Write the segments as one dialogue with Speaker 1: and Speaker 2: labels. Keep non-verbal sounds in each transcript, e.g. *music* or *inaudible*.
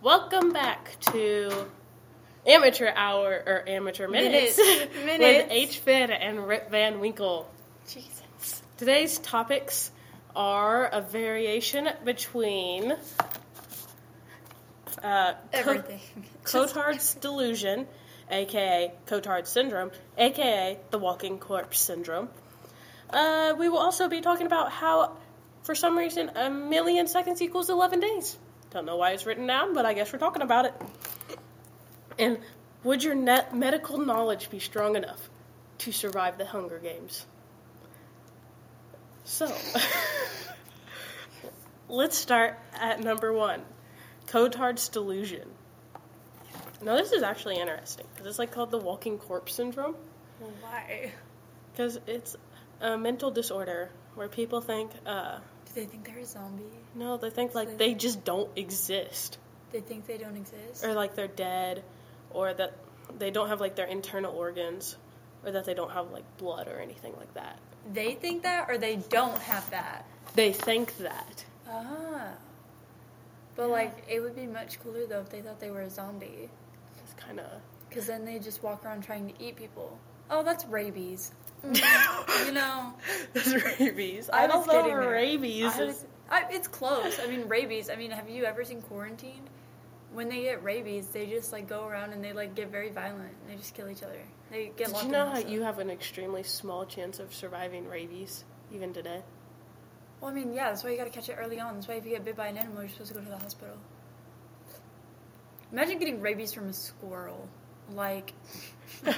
Speaker 1: Welcome back to Amateur Hour or Amateur Minutes, *laughs*
Speaker 2: Minutes.
Speaker 1: with
Speaker 2: Minutes.
Speaker 1: H. Finn and Rip Van Winkle.
Speaker 2: Jesus.
Speaker 1: Today's topics are a variation between uh, Co-
Speaker 2: Everything. *laughs* Just-
Speaker 1: Cotard's delusion, aka Cotard syndrome, aka the walking corpse syndrome. Uh, we will also be talking about how, for some reason, a million seconds equals 11 days. Don't know why it's written down, but I guess we're talking about it. And would your net medical knowledge be strong enough to survive the Hunger Games? So, let's start at number one Cotard's delusion. Now, this is actually interesting because it's like called the walking corpse syndrome
Speaker 2: Why?
Speaker 1: because it's a mental disorder where people think, uh,
Speaker 2: Do they think they're a zombie?
Speaker 1: no, they think like they just don't exist
Speaker 2: They think they don't exist?
Speaker 1: or like they're dead or that they don't have like their internal organs or that they don't have like blood or anything like that.
Speaker 2: They think that or they don't have that?
Speaker 1: They think that.
Speaker 2: Ah. But, like, it would be much cooler, though, if they thought they were a zombie.
Speaker 1: It's kind of.
Speaker 2: Because then they just walk around trying to eat people. Oh, that's rabies.
Speaker 1: *laughs*
Speaker 2: You know,
Speaker 1: That's rabies.
Speaker 2: I
Speaker 1: I, don't
Speaker 2: was
Speaker 1: know
Speaker 2: getting there.
Speaker 1: rabies
Speaker 2: I
Speaker 1: is.
Speaker 2: was- I, it's close. I mean, rabies. I mean, have you ever seen quarantined? When they get rabies, they just like go around and they like get very violent. And they just kill each other. They get
Speaker 1: Did
Speaker 2: locked
Speaker 1: you
Speaker 2: in
Speaker 1: know
Speaker 2: the
Speaker 1: how
Speaker 2: house.
Speaker 1: you have an extremely small chance of surviving rabies even
Speaker 2: *laughs*
Speaker 1: today?
Speaker 2: Well, I mean, yeah, that's why you gotta catch it early on. That's why if you get bit by an animal, you're supposed to go to the hospital. Imagine getting rabies from a squirrel. Like, *laughs*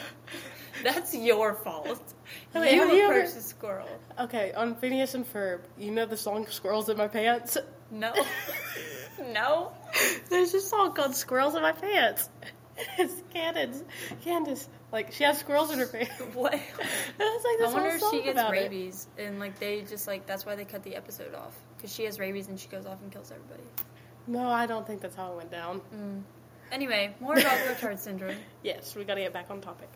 Speaker 2: that's your fault. *laughs*
Speaker 1: No, wait,
Speaker 2: you
Speaker 1: have you ever-
Speaker 2: approached the squirrel.
Speaker 1: Okay, on Phineas and Ferb, you know the song Squirrels in My Pants? *laughs*
Speaker 2: No. *laughs* no.
Speaker 1: There's a song called Squirrels in My Pants. *laughs* It's Candace. Candace. Like, she has squirrels in her pants. *laughs* And
Speaker 2: What?
Speaker 1: it's like this
Speaker 2: I wonder
Speaker 1: whole
Speaker 2: if
Speaker 1: song
Speaker 2: she gets
Speaker 1: about it.
Speaker 2: rabies, and like they just like that's why they cut the episode off because she has rabies and she goes off and kills everybody.
Speaker 1: No, I don't think that's how it went down.
Speaker 2: Anyway, more *laughs* about Gotard syndrome.
Speaker 1: Yes, we gotta get back on topic.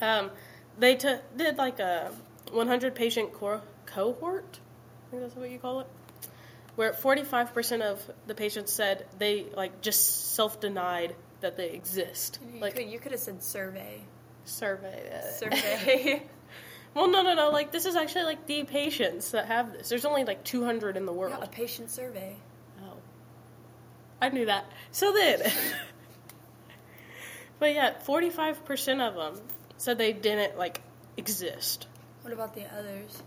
Speaker 1: Um, they t- did like a 100 patient cor- cohort, I think that's what you call it, where 45% of the patients said they like just self denied that they exist.
Speaker 2: You
Speaker 1: Like,
Speaker 2: could you could have said survey,
Speaker 1: survey. that.
Speaker 2: survey.
Speaker 1: *laughs*
Speaker 2: *laughs*
Speaker 1: well, no, no, no. Like, this is actually like the patients that have this. There's only like 200 in the world.
Speaker 2: yeah, a patient survey.
Speaker 1: Oh. I knew that. So then. *laughs* but yeah, 45% of them said they didn't, like, exist.
Speaker 2: What about the others?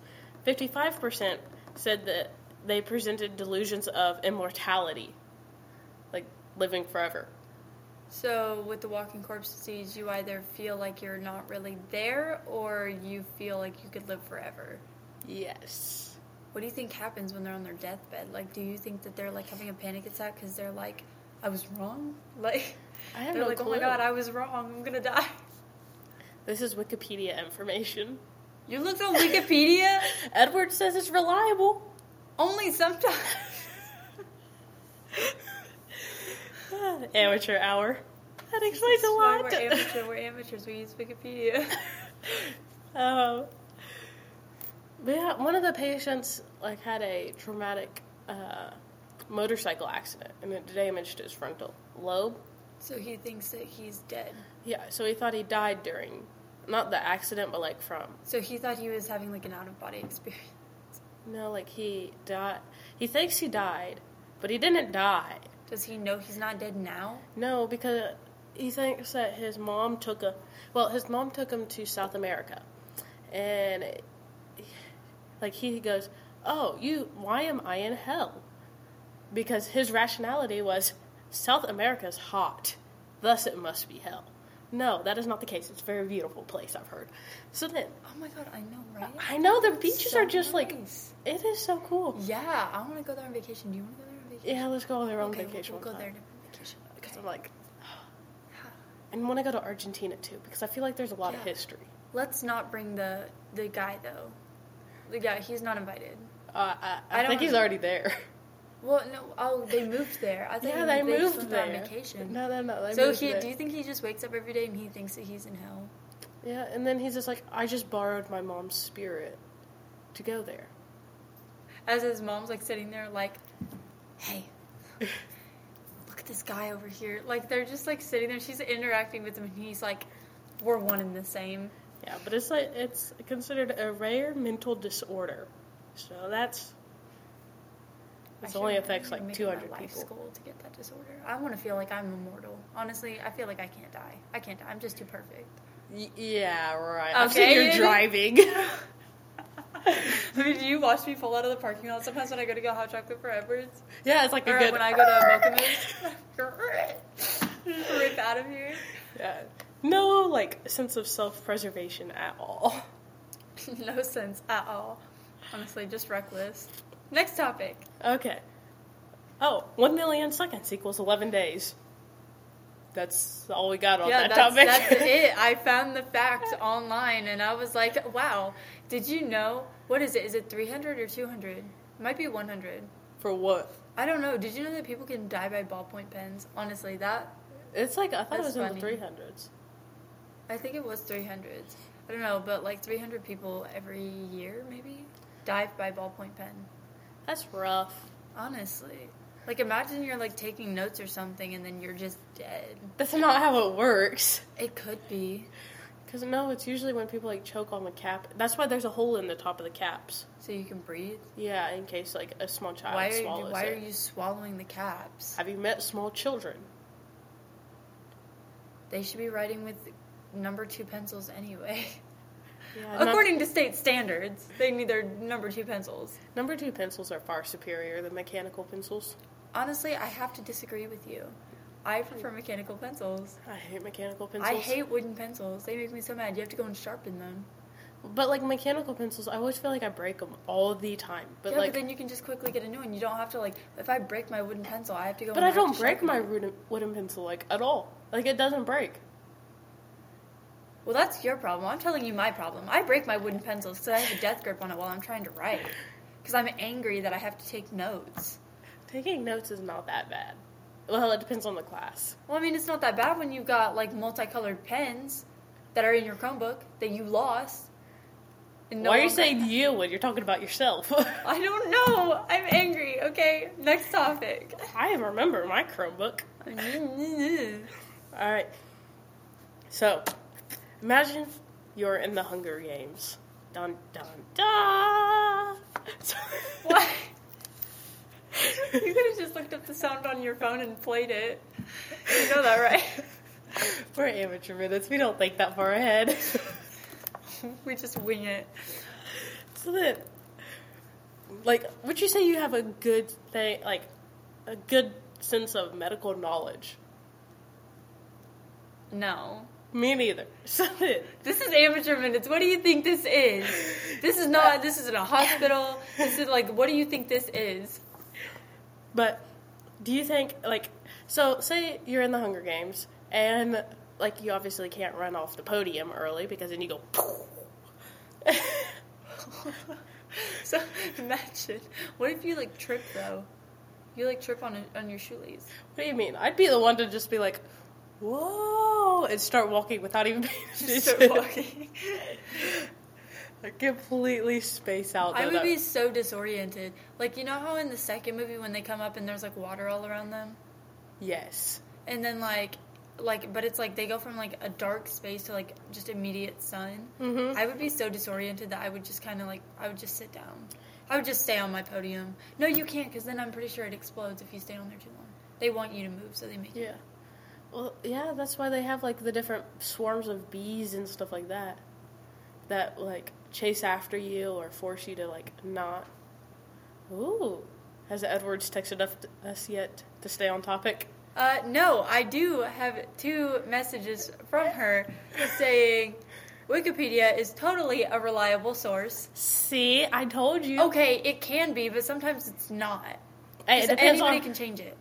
Speaker 1: 55% said that they presented delusions of immortality, like living forever.
Speaker 2: So with the walking corpse disease, you either feel like you're not really there, or you feel like you could live forever.
Speaker 1: Yes.
Speaker 2: What do you think happens when they're on their deathbed? Like, do you think that they're like having a panic attack because they're like, I was wrong? *laughs* Like,
Speaker 1: I have
Speaker 2: they're
Speaker 1: no
Speaker 2: like,
Speaker 1: clue.
Speaker 2: oh my god, I was wrong. I'm
Speaker 1: *laughs*
Speaker 2: gonna die.
Speaker 1: This is Wikipedia information. *laughs*
Speaker 2: You looked on *laughs* Wikipedia?
Speaker 1: Edward says it's reliable. *laughs*
Speaker 2: Only sometimes.
Speaker 1: Ah, amateur hour. That explains a
Speaker 2: Why
Speaker 1: lot.
Speaker 2: we're amateur. We're amateurs. We use Wikipedia. *laughs*
Speaker 1: um, but yeah, one of the patients like had a traumatic uh, motorcycle accident and it damaged his frontal lobe.
Speaker 2: So he thinks that he's dead.
Speaker 1: Yeah, so he thought he died during not the accident, but like from
Speaker 2: So he thought he was having like an out of body experience.
Speaker 1: no, like he died. He thinks he died, but he didn't die.
Speaker 2: Does he know he's not dead now?
Speaker 1: No, because he thinks that his mom took a well, his mom took him to South America, and like he goes, "Oh, you, why am I in hell?" Because his rationality was South America's hot, thus it must be hell. No, that is not the case. It's a very beautiful place, I've heard. So then,
Speaker 2: Oh my god, I know, right?
Speaker 1: I know the beaches
Speaker 2: So
Speaker 1: are just like
Speaker 2: nice.
Speaker 1: it is so cool.
Speaker 2: Yeah, I want to go there on vacation. Do you want to go there on vacation?
Speaker 1: Yeah, let's go on their own
Speaker 2: okay,
Speaker 1: vacation.
Speaker 2: we'll,
Speaker 1: one
Speaker 2: we'll go
Speaker 1: time.
Speaker 2: there on vacation.
Speaker 1: because
Speaker 2: Okay.
Speaker 1: I'm like, and want to go to Argentina too because I feel like there's a lot of
Speaker 2: Yeah.
Speaker 1: history.
Speaker 2: Let's not bring the the guy though. The guy, he's not invited.
Speaker 1: Uh, I,
Speaker 2: I
Speaker 1: I,
Speaker 2: don't
Speaker 1: think he's
Speaker 2: wanna-
Speaker 1: already there.
Speaker 2: Well, no. Oh, they moved there. I
Speaker 1: *laughs*
Speaker 2: think
Speaker 1: yeah, they moved
Speaker 2: just went
Speaker 1: there.
Speaker 2: on vacation.
Speaker 1: No, no, no. They
Speaker 2: so
Speaker 1: moved
Speaker 2: he,
Speaker 1: there.
Speaker 2: do you think he just wakes up every day and he thinks that he's in hell?
Speaker 1: yeah, and then he's just like, I just borrowed my mom's spirit to go there. *laughs*
Speaker 2: As his mom's like sitting there, like, "Hey, look at this guy over here. Like they're just like sitting there. She's interacting with him, and he's like, "We're one and the same."
Speaker 1: Yeah, but it's like it's considered a rare mental disorder. So that's
Speaker 2: I
Speaker 1: this only
Speaker 2: should- I
Speaker 1: affects
Speaker 2: should
Speaker 1: like
Speaker 2: make it my
Speaker 1: 200
Speaker 2: life's
Speaker 1: people.
Speaker 2: goal to get that disorder. I want to feel like I'm immortal. Honestly, I feel like I can't die. I can't die. I'm just too perfect. *laughs*
Speaker 1: Y- yeah, right. I've seen
Speaker 2: Okay.
Speaker 1: you driving. *laughs*
Speaker 2: I mean, do you watch me fall out of the parking lot sometimes when I go to get hot chocolate forever? It's,
Speaker 1: yeah, it's like a
Speaker 2: or
Speaker 1: good.
Speaker 2: when I go *laughs* to Mochamas,
Speaker 1: *laughs*
Speaker 2: rip out of here.
Speaker 1: Yeah. Uh, No, like sense of self-preservation at all.
Speaker 2: *laughs* no sense at all. Honestly, just reckless. Next topic.
Speaker 1: Okay. Oh, one million seconds equals eleven days. That's all we got on
Speaker 2: yeah,
Speaker 1: Oh, that
Speaker 2: that's,
Speaker 1: topic. *laughs*
Speaker 2: that's it. I found the fact online and I was like, wow, did you know? What is it? Is it 300 or 200? It might be 100.
Speaker 1: For what?
Speaker 2: I don't know. Did you know that people can die by ballpoint pens? Honestly, that,
Speaker 1: It's like I thought
Speaker 2: That's
Speaker 1: it was in
Speaker 2: funny.
Speaker 1: the three hundreds.
Speaker 2: I think it was 300. I don't know, but like 300 people every year, maybe, die by ballpoint pen.
Speaker 1: That's rough.
Speaker 2: Honestly. Like, imagine you're like taking notes or something and then you're just dead.
Speaker 1: That's not how it works.
Speaker 2: It could be.
Speaker 1: Because no, it's usually when people like choke on the cap. That's why there's a hole in the top of the caps.
Speaker 2: So you can breathe.
Speaker 1: Yeah, in case like a small child
Speaker 2: Why are you,
Speaker 1: swallows
Speaker 2: why
Speaker 1: it.
Speaker 2: are you swallowing the caps?
Speaker 1: Have you met small children?
Speaker 2: They should be writing with number two pencils anyway.
Speaker 1: Yeah, num-
Speaker 2: According to state standards, they need their number two pencils.
Speaker 1: number two pencils are far superior than mechanical pencils.
Speaker 2: Honestly, I have to disagree with you. I prefer mechanical pencils.
Speaker 1: I hate mechanical pencils.
Speaker 2: I hate wooden pencils. They make me so mad. You have to go and sharpen them.
Speaker 1: But like mechanical pencils, I always feel like I break them all the time. But
Speaker 2: yeah,
Speaker 1: like,
Speaker 2: but then you can just quickly get a new one. You don't have to like. If I break my wooden pencil, I have to go.
Speaker 1: but
Speaker 2: and
Speaker 1: I
Speaker 2: have to
Speaker 1: don't break
Speaker 2: sharpen
Speaker 1: my
Speaker 2: it.
Speaker 1: wooden, wooden pencil like at all. Like it doesn't break.
Speaker 2: Well, that's your problem. I'm telling you my problem. I break my wooden pencils because I have a death grip on it while I'm trying to write. Because I'm angry that I have to take notes.
Speaker 1: Taking notes is not that bad. Well, it depends on the class.
Speaker 2: Well, I mean, it's not that bad when you've got like multicolored pens that are in your Chromebook that you lost. And
Speaker 1: Why are you
Speaker 2: longer-
Speaker 1: saying you when you're talking about yourself? *laughs*
Speaker 2: I don't know. I'm angry. Okay, next topic.
Speaker 1: I remember my Chromebook. All right. So, imagine you're in the Hunger Games. Dun dun dun.
Speaker 2: Why?
Speaker 1: *laughs*
Speaker 2: You could have just looked up the sound on your phone and played it. You know that, right?
Speaker 1: *laughs* We're amateur minutes. We don't think that far ahead. *laughs*
Speaker 2: We just wing it.
Speaker 1: So then, like, would you say you have a good thing, like, a good sense of medical knowledge?
Speaker 2: No.
Speaker 1: Me neither. *laughs* So then,
Speaker 2: This is amateur minutes. What do you think this is? This is not. This isn't a hospital. This is like. What do you think this is?
Speaker 1: but do you think, like, so say you're in the Hunger Games and, like, you obviously can't run off the podium early because then you
Speaker 2: *laughs*
Speaker 1: go, *laughs*
Speaker 2: so imagine. What if you like trip though? You like trip on a, on your shoelace.
Speaker 1: what do you mean? I'd be the one to just be like, whoa, and start walking without even paying
Speaker 2: Just
Speaker 1: attention. *laughs*
Speaker 2: start walking.
Speaker 1: I completely space out.
Speaker 2: I
Speaker 1: that
Speaker 2: would be so disoriented. Like you know how in the second movie when they come up and there's like water all around them,
Speaker 1: Yes.
Speaker 2: and then like like but it's like they go from like a dark space to like just immediate sun.
Speaker 1: Mhm.
Speaker 2: I would be so disoriented that I would just kind of like I would just sit down. I would just stay on my podium. No, you can't because then I'm pretty sure it explodes if you stay on there too long. They want you to move, so they make you.
Speaker 1: Yeah. Well, yeah, that's why they have like the different swarms of bees and stuff like that that like chase after you or force you to like not. Ooh. Has Edwards texted up- us yet to stay on topic?
Speaker 2: Uh, no, I do have two messages from her saying Wikipedia is totally a reliable source.
Speaker 1: See, I told you.
Speaker 2: Okay, it can be, but sometimes it's not.
Speaker 1: Hey, it
Speaker 2: So
Speaker 1: depends
Speaker 2: anybody
Speaker 1: on.
Speaker 2: can change it.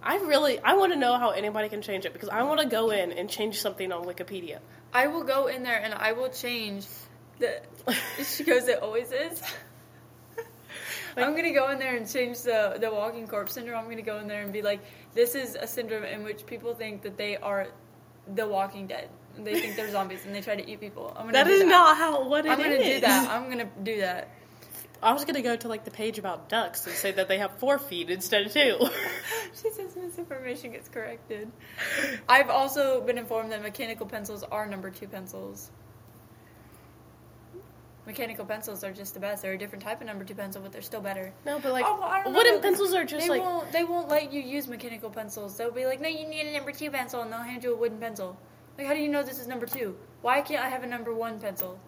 Speaker 1: I really, I want to know how anybody can change it because I want to go in and change something on Wikipedia.
Speaker 2: I will go in there and I will change the. *laughs* She goes, it
Speaker 1: *laughs*
Speaker 2: always is. *laughs* I'm gonna go in there and change the the walking corpse syndrome. I'm gonna go in there and be like, this is a syndrome in which people think that they are the Walking Dead. They think they're zombies and they try to eat people. I'm gonna
Speaker 1: That
Speaker 2: do
Speaker 1: is
Speaker 2: that.
Speaker 1: not how what it
Speaker 2: I'm gonna do
Speaker 1: is. *laughs*
Speaker 2: that. I'm gonna do that.
Speaker 1: I was gonna go to like the page about ducks and say that they have four feet instead of two. *laughs*
Speaker 2: *laughs* She says misinformation gets corrected. I've also been informed that mechanical pencils are number two pencils. Mechanical pencils are just the best. They're a different type of number two pencil, but they're still better.
Speaker 1: No, but like
Speaker 2: Oh, well, I don't
Speaker 1: wooden
Speaker 2: know.
Speaker 1: pencils are just
Speaker 2: they
Speaker 1: like
Speaker 2: won't. They won't let you use mechanical pencils. They'll be like, "No, you need a number two pencil," and they'll hand you a wooden pencil. Like, how do you know this is number two? Why can't I have a number one pencil?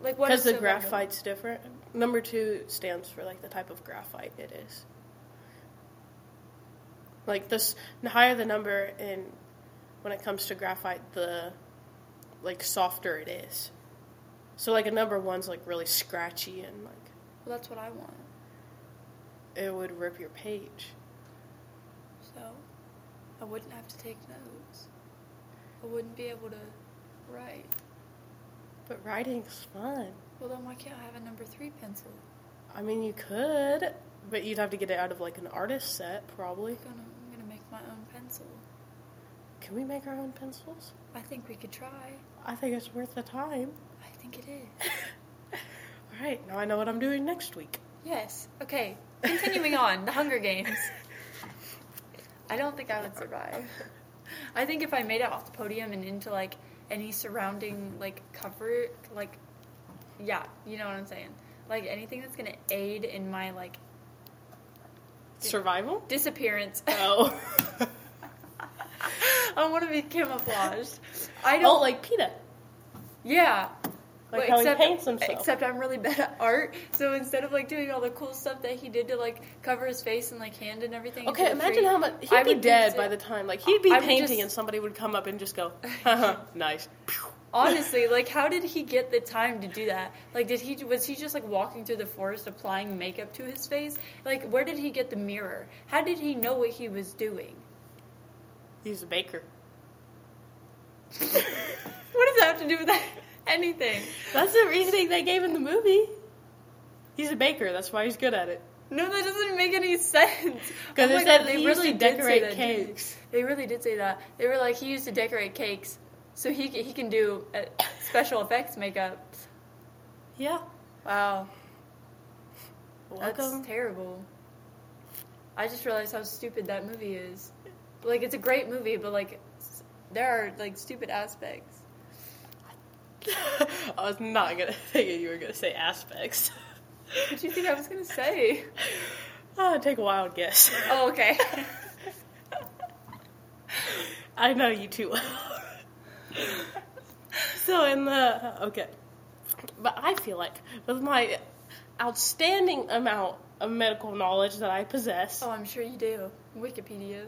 Speaker 2: Like, what
Speaker 1: because
Speaker 2: is
Speaker 1: the
Speaker 2: so valuable?
Speaker 1: graphite's different. Number two stands for like the type of graphite it is. Like this, the higher the number, and when it comes to graphite, the like softer it is. So like a number one's like really scratchy and like
Speaker 2: Well, that's what I want.
Speaker 1: it would rip your page.
Speaker 2: So, I wouldn't have to take notes. I wouldn't be able to write.
Speaker 1: But writing's fun.
Speaker 2: Well, then why can't I have a number three pencil?
Speaker 1: I mean, you could, but you'd have to get it out of like an artist set, probably.
Speaker 2: I'm gonna, I'm gonna make my own pencil.
Speaker 1: Can we make our own pencils?
Speaker 2: I think we could try.
Speaker 1: I think it's worth the time.
Speaker 2: I think it is.
Speaker 1: All right, now I know what I'm doing next week.
Speaker 2: Yes. Okay. Continuing on, The Hunger Games. I don't think I would survive. I think if I made it off the podium and into like any surrounding like cover, like yeah, you know what I'm saying. Like anything that's gonna aid in my like
Speaker 1: *laughs* Survival?
Speaker 2: disappearance.
Speaker 1: Oh.
Speaker 2: *laughs* I want to be camouflaged. *laughs* I don't
Speaker 1: oh, like PETA.
Speaker 2: Yeah.
Speaker 1: Like
Speaker 2: Well,
Speaker 1: how he paints himself.
Speaker 2: Except I'm really bad at art, so instead of like doing all the cool stuff that he did to like cover his face and like hand and everything. into
Speaker 1: Okay,
Speaker 2: a
Speaker 1: imagine
Speaker 2: tree,
Speaker 1: how much. He'd
Speaker 2: I
Speaker 1: be
Speaker 2: would
Speaker 1: dead
Speaker 2: use
Speaker 1: by
Speaker 2: it-
Speaker 1: the time. Like, he'd be
Speaker 2: I would
Speaker 1: painting
Speaker 2: just-
Speaker 1: and somebody would come up and just
Speaker 2: *laughs*
Speaker 1: go, "Haha, nice.
Speaker 2: Honestly, like how did he get the time to do that? Like, did he was he just like walking through the forest applying makeup to his face? Like, where did he get the mirror? How did he know what he was doing?
Speaker 1: *laughs* He's a baker. *laughs*
Speaker 2: What does that have to do
Speaker 1: *laughs*
Speaker 2: with that? anything?
Speaker 1: That's the reasoning they gave in the movie. He's a baker. That's why he's good at it.
Speaker 2: No, that doesn't make any sense. *laughs*
Speaker 1: 'Cause
Speaker 2: Oh my
Speaker 1: it said
Speaker 2: God,
Speaker 1: he used to
Speaker 2: did say
Speaker 1: decorate
Speaker 2: that, didn't they?
Speaker 1: cakes.
Speaker 2: They really did say that. They were like, he used to decorate cakes, so he c- he can do uh, special effects makeup.
Speaker 1: Yeah.
Speaker 2: Wow,
Speaker 1: Welcome.
Speaker 2: that's terrible. I just realized how stupid that movie is. Like, it's a great movie, but like, s- there are like stupid aspects.
Speaker 1: *laughs* I was not gonna *laughs* think you were gonna say
Speaker 2: *laughs*
Speaker 1: aspects.
Speaker 2: What do you think I was gonna *laughs* say?
Speaker 1: Oh, take a wild guess. *laughs*
Speaker 2: Oh, *laughs* okay.
Speaker 1: I know you too well. *laughs* so in the okay, but I feel like with my outstanding amount of medical knowledge that I possess,
Speaker 2: oh, I'm sure you do. Wikipedia.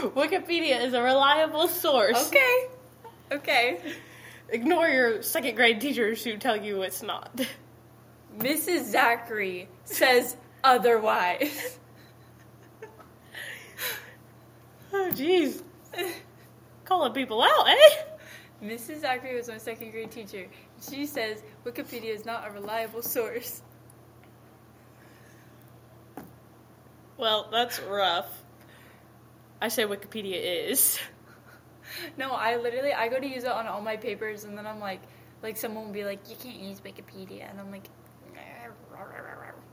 Speaker 1: *laughs* Wikipedia is a reliable source.
Speaker 2: Okay. *laughs* Okay.
Speaker 1: Ignore your second grade teachers who tell you it's not. *laughs*
Speaker 2: Mrs. Zachary says otherwise. *laughs*
Speaker 1: Oh jeez, calling people out, eh?
Speaker 2: Mrs. Zachary was my second grade teacher. She says Wikipedia is not a reliable source. *laughs*
Speaker 1: Well, that's rough. I say Wikipedia is. *laughs*
Speaker 2: No, I literally I go to use it on all my papers and then I'm like like someone will be like, You can't use Wikipedia and I'm like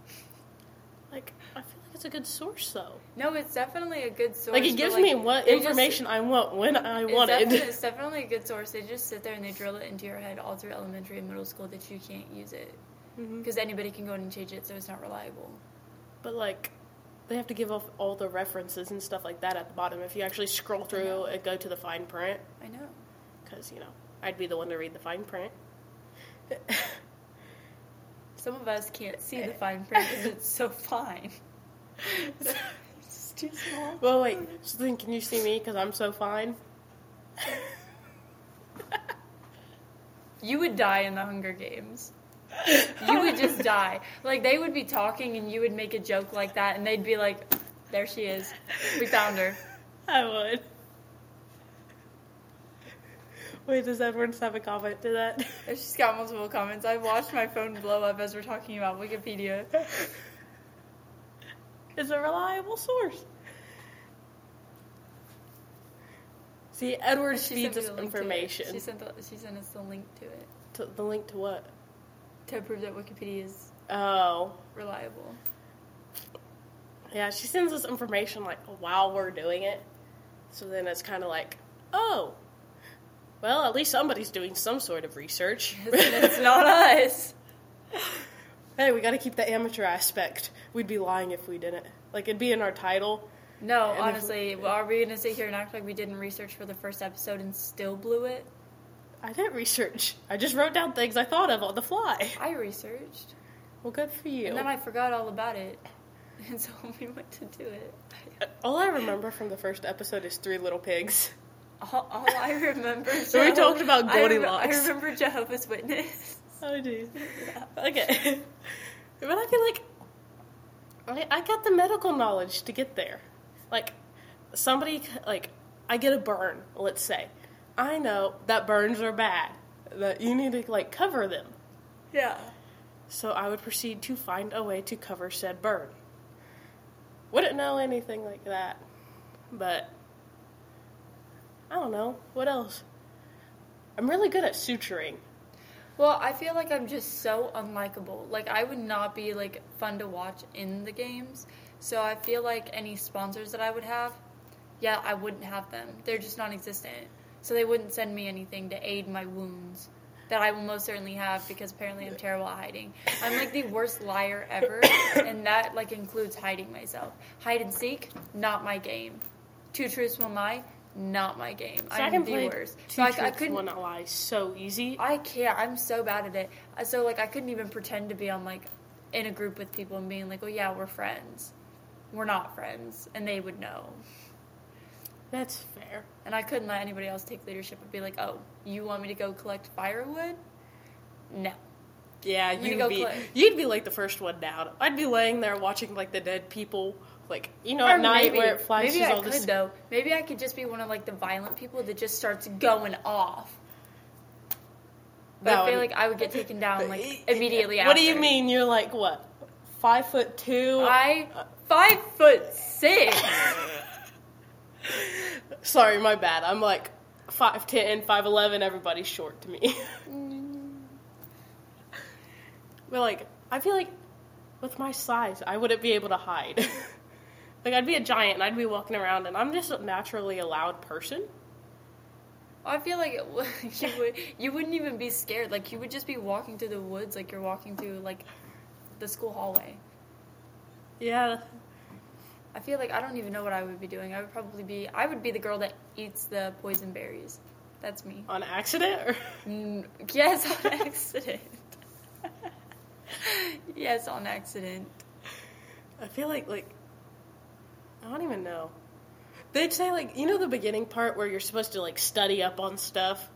Speaker 2: *laughs*
Speaker 1: Like, I feel like it's a good source though.
Speaker 2: No, it's definitely a good source.
Speaker 1: Like it
Speaker 2: but,
Speaker 1: gives
Speaker 2: like,
Speaker 1: me what
Speaker 2: they just-
Speaker 1: information I want when I
Speaker 2: it's
Speaker 1: want
Speaker 2: definitely-
Speaker 1: it.
Speaker 2: it's definitely a good source. They just sit there and they drill it into your head all through elementary and middle school that you can't use it.
Speaker 1: Mhm.
Speaker 2: Because anybody can go in and change it, so it's not reliable.
Speaker 1: *laughs* But like, they have to give off all the references and stuff like that at the bottom. If you actually scroll through and go to the fine print,
Speaker 2: I know.
Speaker 1: because you know I'd be the one to read the fine print. *laughs*
Speaker 2: Some of us can't see the fine print because it's *laughs* so fine. it's just too small.
Speaker 1: well, wait. So then, can you see me? Because I'm so fine.
Speaker 2: You would die in the Hunger Games. You would *laughs* just die. Like they would be talking and you would make a joke like that, and they'd be like, "There she is. We found her."
Speaker 1: *laughs* I would. Wait, does everyone have a comment to that? *laughs*
Speaker 2: And She's got multiple comments. I've watched my phone blow up as we're talking about Wikipedia.
Speaker 1: It's a reliable source. See, Edward
Speaker 2: She sent
Speaker 1: feeds
Speaker 2: me
Speaker 1: us
Speaker 2: the link to it.
Speaker 1: information.
Speaker 2: She sent the, she sent us the link to it
Speaker 1: To the link to what?
Speaker 2: to prove that Wikipedia is *laughs*
Speaker 1: Oh,
Speaker 2: reliable.
Speaker 1: Yeah, she sends us information like while we're doing it. So then it's kind of like, oh, well, at least somebody's doing some sort of research.
Speaker 2: it's not us.
Speaker 1: hey, we got to keep the amateur aspect. We'd be lying if we didn't. Like it'd be in our title.
Speaker 2: No,
Speaker 1: And if-
Speaker 2: honestly, well, are we gonna sit here and act like we didn't research for the first episode and still blew it?
Speaker 1: I didn't research. I just wrote down things I thought of on the fly.
Speaker 2: I researched,
Speaker 1: Well, good for you.
Speaker 2: and then I forgot all about it, *laughs* and so we went to do it.
Speaker 1: Uh, All I remember from the first episode is three little pigs.
Speaker 2: *laughs* All, all I *laughs* remember.
Speaker 1: So we
Speaker 2: Jeho-
Speaker 1: talked about
Speaker 2: I remem-
Speaker 1: Goldilocks.
Speaker 2: I remember Jehovah's Witness.
Speaker 1: Oh, geez.
Speaker 2: Yeah.
Speaker 1: Okay. *laughs* but I feel like I, I got the medical knowledge to get there. Like, somebody, c- like, I get a burn, let's say. I know that burns are bad, that you need to, like, cover them.
Speaker 2: *laughs* Yeah.
Speaker 1: So I would proceed to find a way to cover said burn. Wouldn't know anything like that, but I don't know. What else? I'm really good at suturing.
Speaker 2: Well, I feel like I'm just so unlikable. Like I would not be like fun to watch in the games. So I feel like any sponsors that I would have, yeah, I wouldn't have them. They're just non-existent. So they wouldn't send me anything to aid my wounds that I will most certainly have because apparently I'm terrible at hiding. I'm like the worst liar ever, and that like includes hiding myself. Hide and seek, not my game. Two truths, one lie, not my game.
Speaker 1: So
Speaker 2: I'm
Speaker 1: I can
Speaker 2: the
Speaker 1: play
Speaker 2: worst.
Speaker 1: two
Speaker 2: So I, I
Speaker 1: truths,
Speaker 2: couldn't
Speaker 1: one lie so easy.
Speaker 2: I can't. I'm so bad at it. Uh, So like I couldn't even pretend to be on like in a group with people and being like, "Oh yeah, we're friends." We're not friends, and they would know.
Speaker 1: That's fair.
Speaker 2: And I couldn't let anybody else take leadership and be like, "Oh, you want me to go collect firewood?" No.
Speaker 1: Yeah,
Speaker 2: You
Speaker 1: you'd
Speaker 2: go
Speaker 1: be
Speaker 2: play.
Speaker 1: you'd be like the first one down. I'd be laying there watching like the dead people, like you know, at night where it flashes
Speaker 2: maybe I
Speaker 1: all
Speaker 2: could
Speaker 1: this.
Speaker 2: though. Maybe I could just be one of like the violent people that just starts going off. But
Speaker 1: That
Speaker 2: I feel
Speaker 1: would-
Speaker 2: like I would get taken
Speaker 1: *laughs*
Speaker 2: down like immediately
Speaker 1: What
Speaker 2: after.
Speaker 1: do you mean? You're like what? Five foot two.
Speaker 2: I five foot six.
Speaker 1: Sorry, my bad. I'm like 5'10, 5'11, everybody's short to me. but like, I feel like with my size, I wouldn't be able to hide. *laughs* like, I'd be a giant and I'd be walking around, and I'm just a naturally a loud person.
Speaker 2: I feel like it, would- *laughs* you would you wouldn't even be scared. Like you would just be walking through the woods, like you're walking through like the school hallway.
Speaker 1: Yeah.
Speaker 2: I feel like I don't even know what I would be doing. I would probably be I would be the girl that eats the poison berries. That's me.
Speaker 1: On accident? Or?
Speaker 2: Mm, *laughs* yes, on accident. *laughs* yes, on accident.
Speaker 1: I feel like, like, I don't even know. They'd say, like, you know the beginning part where you're supposed to, like, study up on stuff?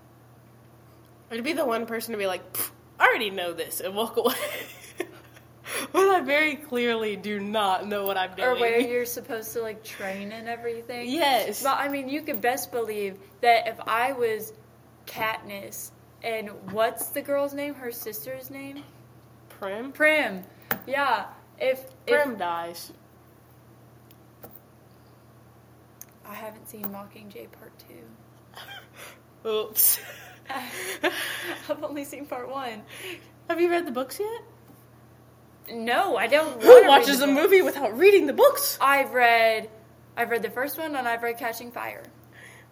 Speaker 1: I'd be the one person to be like, "Pfft, I already know this, and walk away. *laughs* when I very clearly do not know what I'm doing.
Speaker 2: Or where you're supposed to like train and everything.
Speaker 1: Yes.
Speaker 2: But I mean, you could best believe that if I was Katniss and what's the girl's name? Her sister's name?
Speaker 1: Prim?
Speaker 2: Prim. Yeah. If, if
Speaker 1: Prim dies.
Speaker 2: I haven't seen Mockingjay Part
Speaker 1: *laughs*
Speaker 2: Two, *laughs*
Speaker 1: Oops.
Speaker 2: I've only seen Part One.
Speaker 1: Have you read the books
Speaker 2: *laughs*
Speaker 1: yet?
Speaker 2: No, I don't. wanna
Speaker 1: Who
Speaker 2: read
Speaker 1: watches
Speaker 2: the
Speaker 1: a
Speaker 2: book.
Speaker 1: movie without reading the books?
Speaker 2: I've read, I've read the first one, and I've read Catching Fire.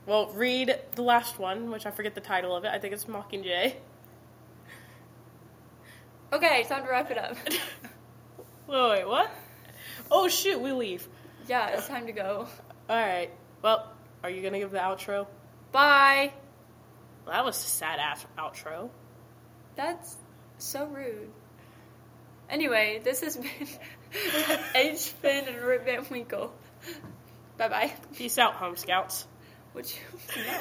Speaker 1: Well, read the last one, which I forget the title of it. I think it's Mockingjay.
Speaker 2: Okay, time to wrap it up. *laughs*
Speaker 1: *laughs* Wait, wait, what? Oh shoot, we leave.
Speaker 2: yeah, it's time to go.
Speaker 1: All right. Well, are you gonna give the outro?
Speaker 2: Bye.
Speaker 1: Well, that was a sad ass outro.
Speaker 2: That's so rude. Anyway, this has been *laughs* H. Finn and Rip Van Winkle. Bye bye.
Speaker 1: Peace out, home scouts.
Speaker 2: Would you? No.